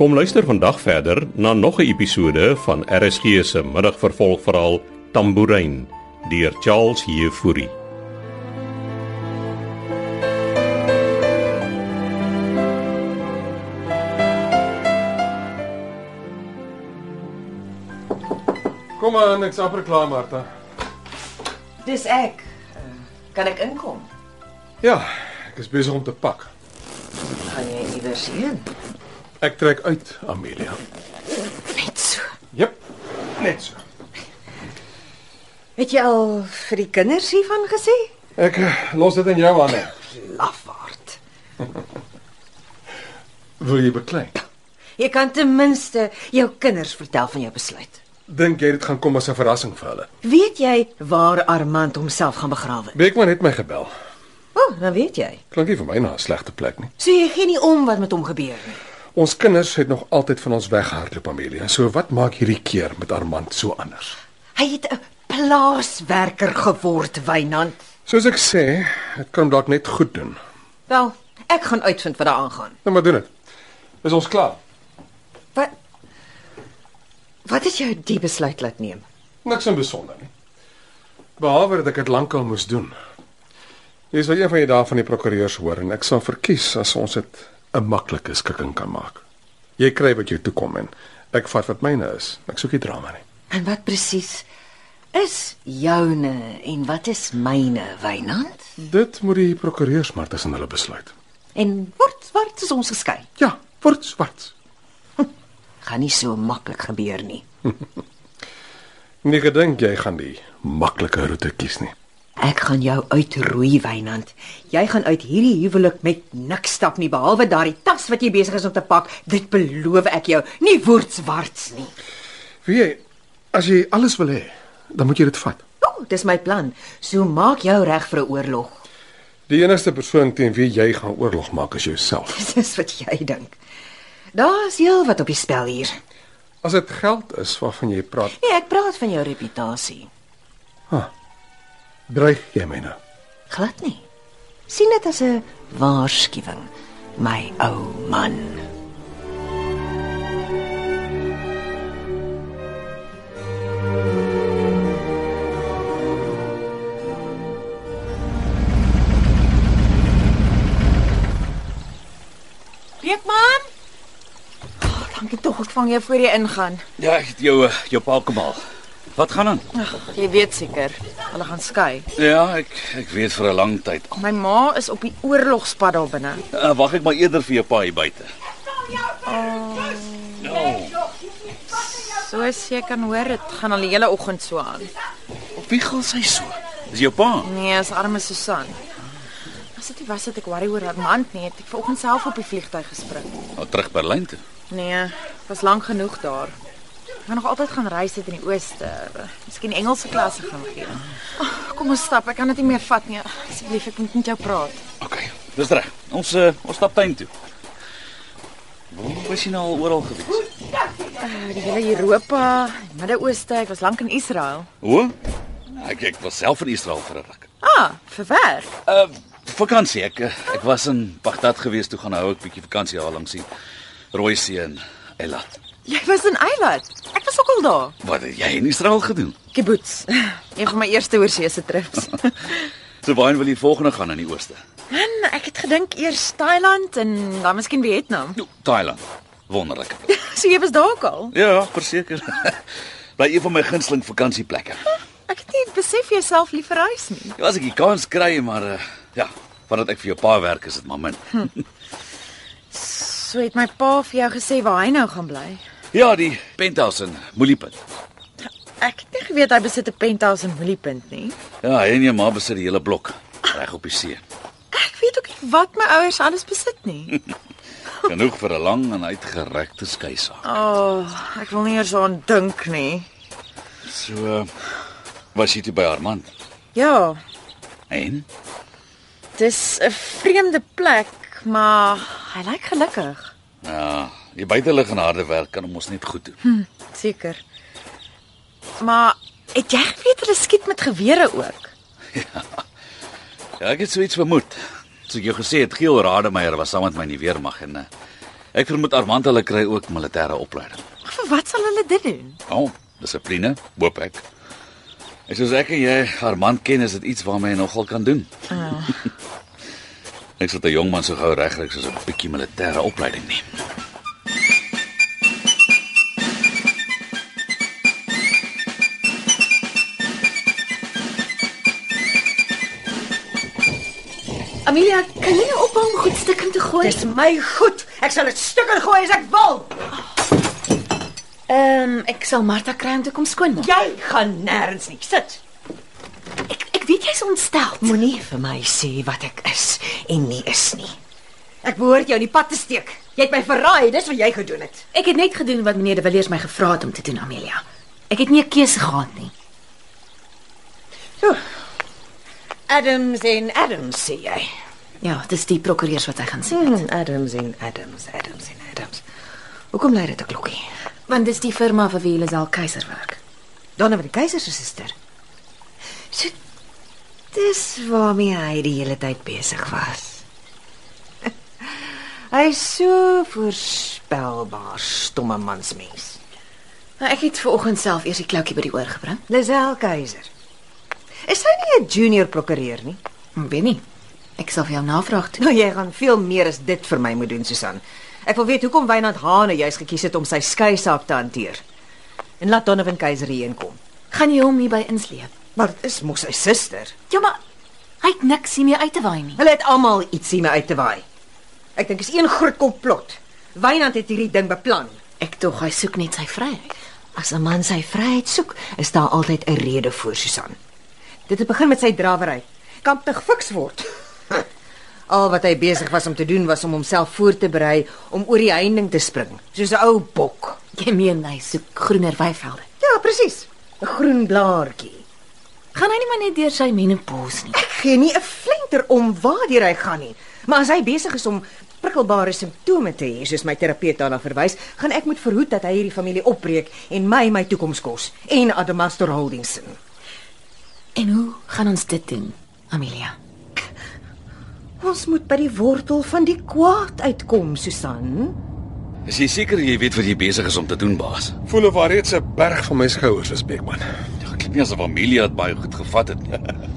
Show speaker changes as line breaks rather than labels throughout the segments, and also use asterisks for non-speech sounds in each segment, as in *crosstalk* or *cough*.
Kom luister vandag verder na nog 'n episode van RSG se middagvervolgverhaal Tambourine deur Charles Heffury.
Kom maar, niks amper klaar, Martha.
Dis ek. Uh, Kan ek inkom?
Ja, ek is besig om te pak.
Gaan jy iewers heen?
Ek trek uit, Amelia.
Net so.
Jep. Net so.
Het jy al vir die kinders hiervan gesê?
Ek eh, los dit in jou hande.
Lafaard.
Wil jy beklei?
Jy kan ten minste jou kinders vertel van jou besluit.
Dink jy dit gaan kom as 'n verrassing vir hulle?
Weet jy waar Armand homself gaan begrawe?
Beekman het my gebel.
O, oh, dan weet jy.
Klink nie vir my na 'n slegte plek nie.
So jy gee nie om wat met hom gebeur nie.
Ons kinders het nog altyd van ons weggehardloop, Amelia. So wat maak hierdie keer met Armand so anders?
Hy het 'n plaaswerker geword, Wynand.
Soos ek sê, dit kan hom dalk net goed doen.
Wel, ek gaan uitvind wat daar aangaan.
Nou maar doen dit. Is ons klaar?
Wat Wat het jou die besluit laat neem?
Niks in besonder nie. Behalwe dat ek dit lankal moes doen. Jy sal een van die dae van die prokureurs hoor en ek sal verkies as ons dit 'n maklike skikking kan maak. Jy kry wat jou toekom en ek vat wat myne is. Ek soek nie drama nie.
En wat presies is joune en wat is myne, Wynand?
Dit moet die prokureurs maar tussen hulle besluit.
En word swart is ons geskei.
Ja, word swart.
Gaan nie so maklik gebeur nie.
Nie gedink jy gaan die maklike roete kies nie.
Ek gaan jou uitroei, Wynand. Jy gaan uit hierdie huwelik met niks stap nie behalwe daardie tas wat jy besig is om te pak. Dit beloof ek jou. Nie word swarts nie.
Wie jy as jy alles wil hê, dan moet jy dit vat.
O, oh, dis my plan. So maak jou reg vir 'n oorlog.
Die enigste persoon teen wie jy gaan oorlog maak is jouself.
*laughs* Dis wat jy dink. Daar's heelwat op die spel hier.
As dit geld is waarvan jy praat,
Nee, ek praat van jou reputasie.
Dreig jy my nou?
Glad nie. sien dit as 'n waarskuwing, my ou man.
Beekman? Oh, dankie tog ek vang jou voor jy ingaan.
Ja, ek het jou eh, jou pa kom haal. Wat gaan aan?
Ag, jy weet seker, hulle gaan skei.
Ja, ek ek weet vir 'n lang tyd.
My ma is op die oorlogspad daar binne.
Uh, Wag ek maar eerder vir jou pa hier buite. Oh.
Soos jy kan hoor, dit gaan al die hele oggend so aan.
Oh, wie gaan sy so? Dis jou pa.
Nee, is arme Susan. As dit nie was dat ek worry oor haar mand nie, het ek vanoggend self op die vliegtuig gespring.
Nou terug Berlyn toe.
Nee, ek was lank genoeg daar. Ek gaan nog altyd gaan reis dit in die ooste. Miskien Engelse klasse gaan gee. Oh, kom ons stap, ek kan dit nie meer vat nie. Asseblief, ek moet met jou praat.
OK. Dis reg. Ons uh, ons stap tuin toe. Waar was jy nou al oral gewees?
Die hele Europa, die Midde-Ooste, ek was lank in Israel.
O? Ek ek was self in Israel vir 'n ruk.
Ah, vir werk.
Uh vakansie. Ek eh, ek was in Bagdad gewees toe gaan hou ek bietjie vakansie daar langs die Rooi See en Eilat.
Jy was in Eilat. Ek was ook al daar.
Wat het jy in Israel gedoen?
Kibbutz. Een van my eerste oorseese trips. *laughs*
So waarheen wil jy volgende gaan in die ooste?
Man, ek het gedink eers Thailand en dan miskien Vietnam. *laughs*
Nou, Thailand. Wonderlik.
So jy was daar ook al.
Ja, verseker. *laughs* Bly een van my gunsteling vakansieplekke.
Ek het nie besef jouself lief vir reis nie.
Ja, as ek die kans kry, maar eh, ja, vandat ek vir jou pa werk is dit maar min.
So het my pa vir jou gesê waar hy nou gaan bly.
Ja, die penthouse in Moeliepunt.
Ek het nie geweet hy besit 'n penthouse in Moeliepunt nie.
Ja, hy en jou ma besit die hele blok reg op die see.
Ek weet ook nie wat my ouers alles besit *laughs* nie.
Genoeg vir 'n lang en uitgerekte skeisaak.
O, oh, ek wil nie eers aan dink nie.
So eh, was jy toe by haar man.
Ja,
En
Dis 'n vreemde plek, maar hy lyk gelukkig.
ja, die buitelug en harde werk kan hom ons net goed doen.
Seker. Maar het jy geweet hulle skiet met gewere ook?
Ja, ek het so iets vermoed. Soos ek jou gesê het, Giel Rademeier was saam met my in die weermag en eh, Ek vermoed Armand hulle kry ook militêre opleiding.
Vir wat sal hulle dit doen?
O, oh, dissipline, hoop ek. En soos ek en jy Armand ken, is dit iets waarmee hy nogal kan doen. Uh. *laughs* ek sal 'n jong man so gou regryk soos 'n bietjie militêre opleiding neem.
Amelia, kan jy nou ophou om goed stukken te gooi?
Dis my goed. Ek sal dit stukken gooi as ek wil.
Ehm, ek sal Martha kry om te kom skoonmaak.
Jy gaan nêrens nie. Sit.
Ek ek weet jy's ontstel.
Moenie vir my sê wat ek is en nie is nie. Ek behoort jou in die pad te steek. Jy het my verraai, dis wat jy gedoen het.
Ek het net gedoen wat meneer De Villiers my gevra het om te doen, Amelia. Ek het nie 'n keuse gehad nie.
Adams en Adams sê jy.
Ja, dis die prokureurs wat hy gaan sien.
Hmm, Adams en Adams, Adams en Adams. Hoekom lei dit 'n klokkie?
Want dis die firma vir wie Lisel Keiser werk.
Donovan die keiser se suster. So dis waarmee hy die hele tyd besig was. *laughs* hy is so voorspelbaar stomme mansmens.
Nou, ek het ver oggend self eers die kloutjie by die oor gebring.
Lisel Keiser. Is sy nie 'n junior prokureur nie?
Ek weet nie. Ek sal vir jou navraag doen.
Nou jy gaan veel meer as dit vir my moet doen, Susan. Ek wil weet hoekom Wynand Hane juis gekies het om sy skei saak te hanteer. En laat Donovan Keiser hierheen kom.
Gaan jy hom hierby insleep?
Maar dit is mos sy suster.
Ja, maar hy het niks hiermee uit te waai nie.
Hulle het almal iets hiermee uit te waai. Ek dink is een groot komplot. Wynand het hierdie ding beplan.
Ek tog hy soek net sy vryheid.
As 'n man sy vryheid soek, is daar altyd 'n rede voor, Susan. Dit het begin met sy drawery. Kan te gefiks word. *laughs* Al wat hy besig was om te doen was om homself voor te berei om oor die heining te spring, soos 'n ou bok.
Jy meen hy soek groener weivelde.
Ja, presies. 'n Groen blaartjie.
Gaan hy nie maar net deur sy menopause nie.
Ek gee nie 'n flinter om waartoe hy gaan nie. Maar as hy besig is om prikkelbare simptome te hê, soos my terapeut daarna verwys, gaan ek moet verhoed dat hy hierdie familie opbreek en my my toekoms kos en Adamastor Holdings se.
En hoe gaan ons dit doen, Amelia?
Ons moet by die wortel van die kwaad uitkom, Susan.
Is jy seker jy weet wat jy besig is om te doen, baas?
Voel of daar reeds 'n berg van my skouers is, Beekman.
Ja, klink nie asof Amelia dit baie goed gevat het nie. *laughs*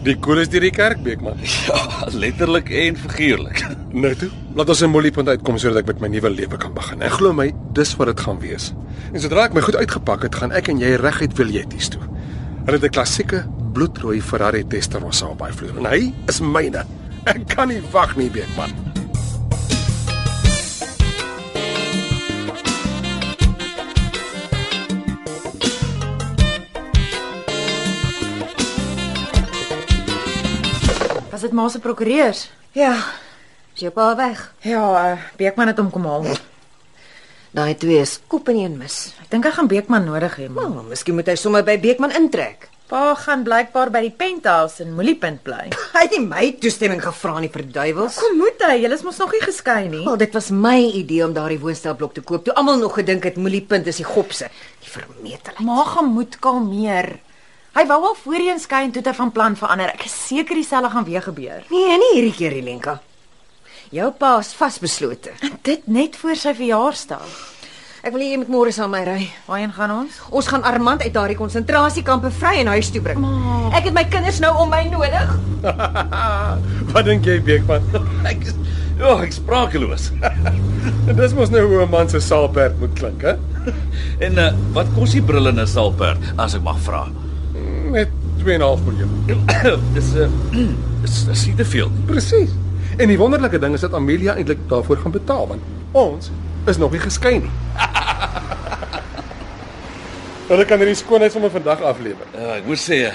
Die koel is deur die kerk, Beekman.
Ja, letterlik en figuurlik. *laughs*
Nou toe, laat ons in Molliepunt uitkom sodat ek met my nuwe lewe kan begin. En glo my, dis wat dit gaan wees. En sodra ek my goed uitgepak het, gaan ek en jy reguit Viljetties toe. Hulle het 'n klassieke bloedrooi Ferrari Testarossa op hy vloer en hy is myne. Ek kan nie wag nie, Beekman. *laughs*
Was dit ma se prokureurs?
Ja. Sy op haar weg.
Ja, eh, Beekman het hom kom haal.
Daai twee is koop en een mis.
Ek dink hy gaan Beekman nodig hê. ma.
Maar miskien moet hy sommer by Beekman intrek.
Pa gaan blykbaar by die penthouse in Moeliepunt bly.
Hy het nie my toestemming gevra nie, verduiwels.
Kom moet hy, julle is mos nog nie geskei nie.
Wel, Oh, dit was my idee om daardie woonstelblok te koop toe almal nog gedink het Moeliepunt is die gopse, die vermeteling.
Ma gaan moet kalmeer. Hy wou al voorheen skei en toe het hy van plan verander. Ek is seker dieselfde gaan weer gebeur.
Nee, nie hierdie keer, Elenka. Jou pa is vasbeslote.
Dit net voor sy verjaarsdag.
Ek wil hê jy moet môre saam met my ry.
Waarheen gaan ons?
Ons gaan Armand uit daardie konsentrasiekamp bevry en huis toe bring. Ma. Ek het my kinders nou om my nodig.
Wat dink jy, Beekman? *laughs*
Ek is ja, ek sprakeloos. *laughs*
Dis mos nou hoe 'n man se saalperd moet klink, hè?
En uh, wat kos die brille in 'n salperd as ek mag vra?
Net 2.5 miljoen.
*coughs* dis eh, 'n *clears throat* dis dis nie te veel nie.
Presies. En die wonderlike ding is dat Amelia eintlik daarvoor gaan betaal want ons is nog nie geskei nie. *laughs* Hulle kan hierdie skoonheid sommer vandag aflewer.
Uh, ek moet sê eh,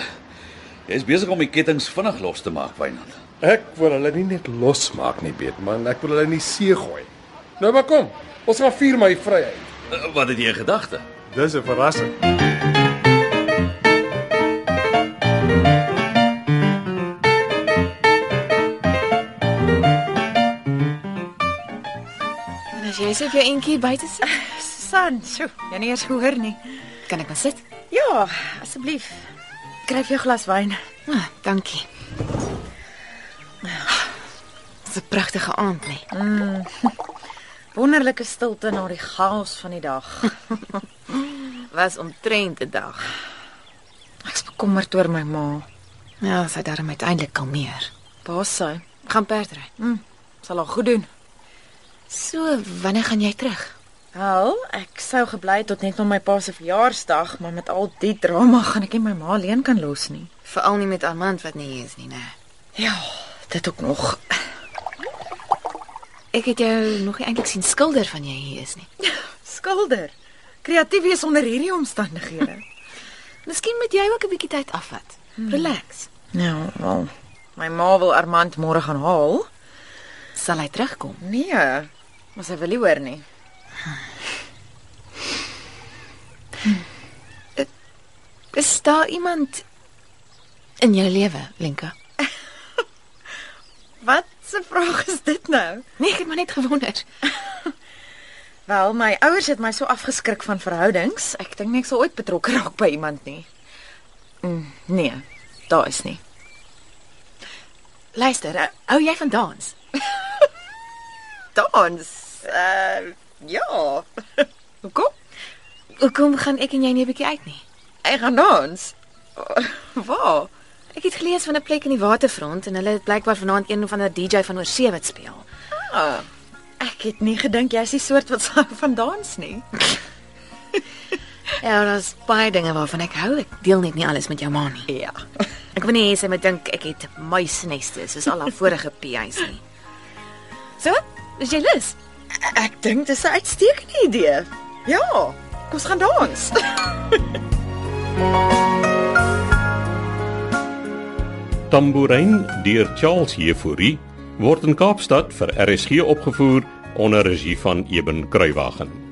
jy is besig om die kettinge vinnig los te maak, Wynand.
Ek wil hulle nie net losmaak nie, Beekman. Ek wil hulle nie see gooi. Nou maar kom. Ons gaan vier my vryheid.
Uh, wat het jy in gedagte?
Dis 'n verrassing.
En as jy sê jy eentjie buite sit,
Susan, sjoe, jy nie eers gehoor nie.
kan ek maar sit.
Ja, asseblief. Kryf jou glas wyn.
Ah, dankie. Dis 'n pragtige aand, lê.
Wonderlike stilte na die chaos van die
*laughs*
dag.
Was omtrent 'n dag.
Ek's bekommerd oor my ma.
Ja, sy het daarom uiteindelik kalmeer.
Waar's sy?
Gaan perdry.
Sal haar goed doen.
So, wanneer gaan jy terug?
Wel, ek sou gebly het tot net na my pa se verjaarsdag, maar met al die drama gaan ek nie my ma alleen kan los nie.
Veral nie met Armand wat nie hier is nie, né?
Ja, dit ook nog.
Ek het jou nog nie eintlik sien skilder van jy hier is nie.
Skilder. Kreatief wees onder hierdie *laughs* omstandighede.
Miskien moet jy ook 'n bietjie tyd afvat. Relax.
Nou, wel. My ma wil Armand môre gaan haal.
Sal hy terugkom?
Nee, maar sy wil nie hoor nie.
Is daar iemand in jou lewe, Lenka?
Wat 'n vraag is dit nou?
Nee, ek het maar net gewonder.
Wel, my ouers het my so afgeskrik van verhoudings. Ek dink nie ek sal ooit betrokke raak by iemand nie. Mm, nee, daar is nie.
Luister, hou- hou jy van dans?
Dans. Uh, ja. *laughs* Hoekom?
Hoekom gaan ek en jy nie 'n bietjie uit nie?
Ek gaan dans. *laughs* Waar?
Ek het gelees van 'n plek in die waterfront en hulle het blykbaar vanaand een of ander DJ van oorsee wat speel.
Ek het nie gedink jy's die soort wat sou *laughs* van dans nie.
Ja, daar's baie dinge waarvan ek hou. Ek deel net nie alles met jou ma nie.
Ja.
Ek wil nie hê sy moet dink ek het muisneste soos al haar vorige PI's nie. So, is jy lus?
Ek dink dis 'n uitstekende idee. Ja, kom ons gaan dans.
Tambourine deur Charles Jefouri word in Kaapstad vir RSG opgevoer onder regie van Eben Kruiwagen.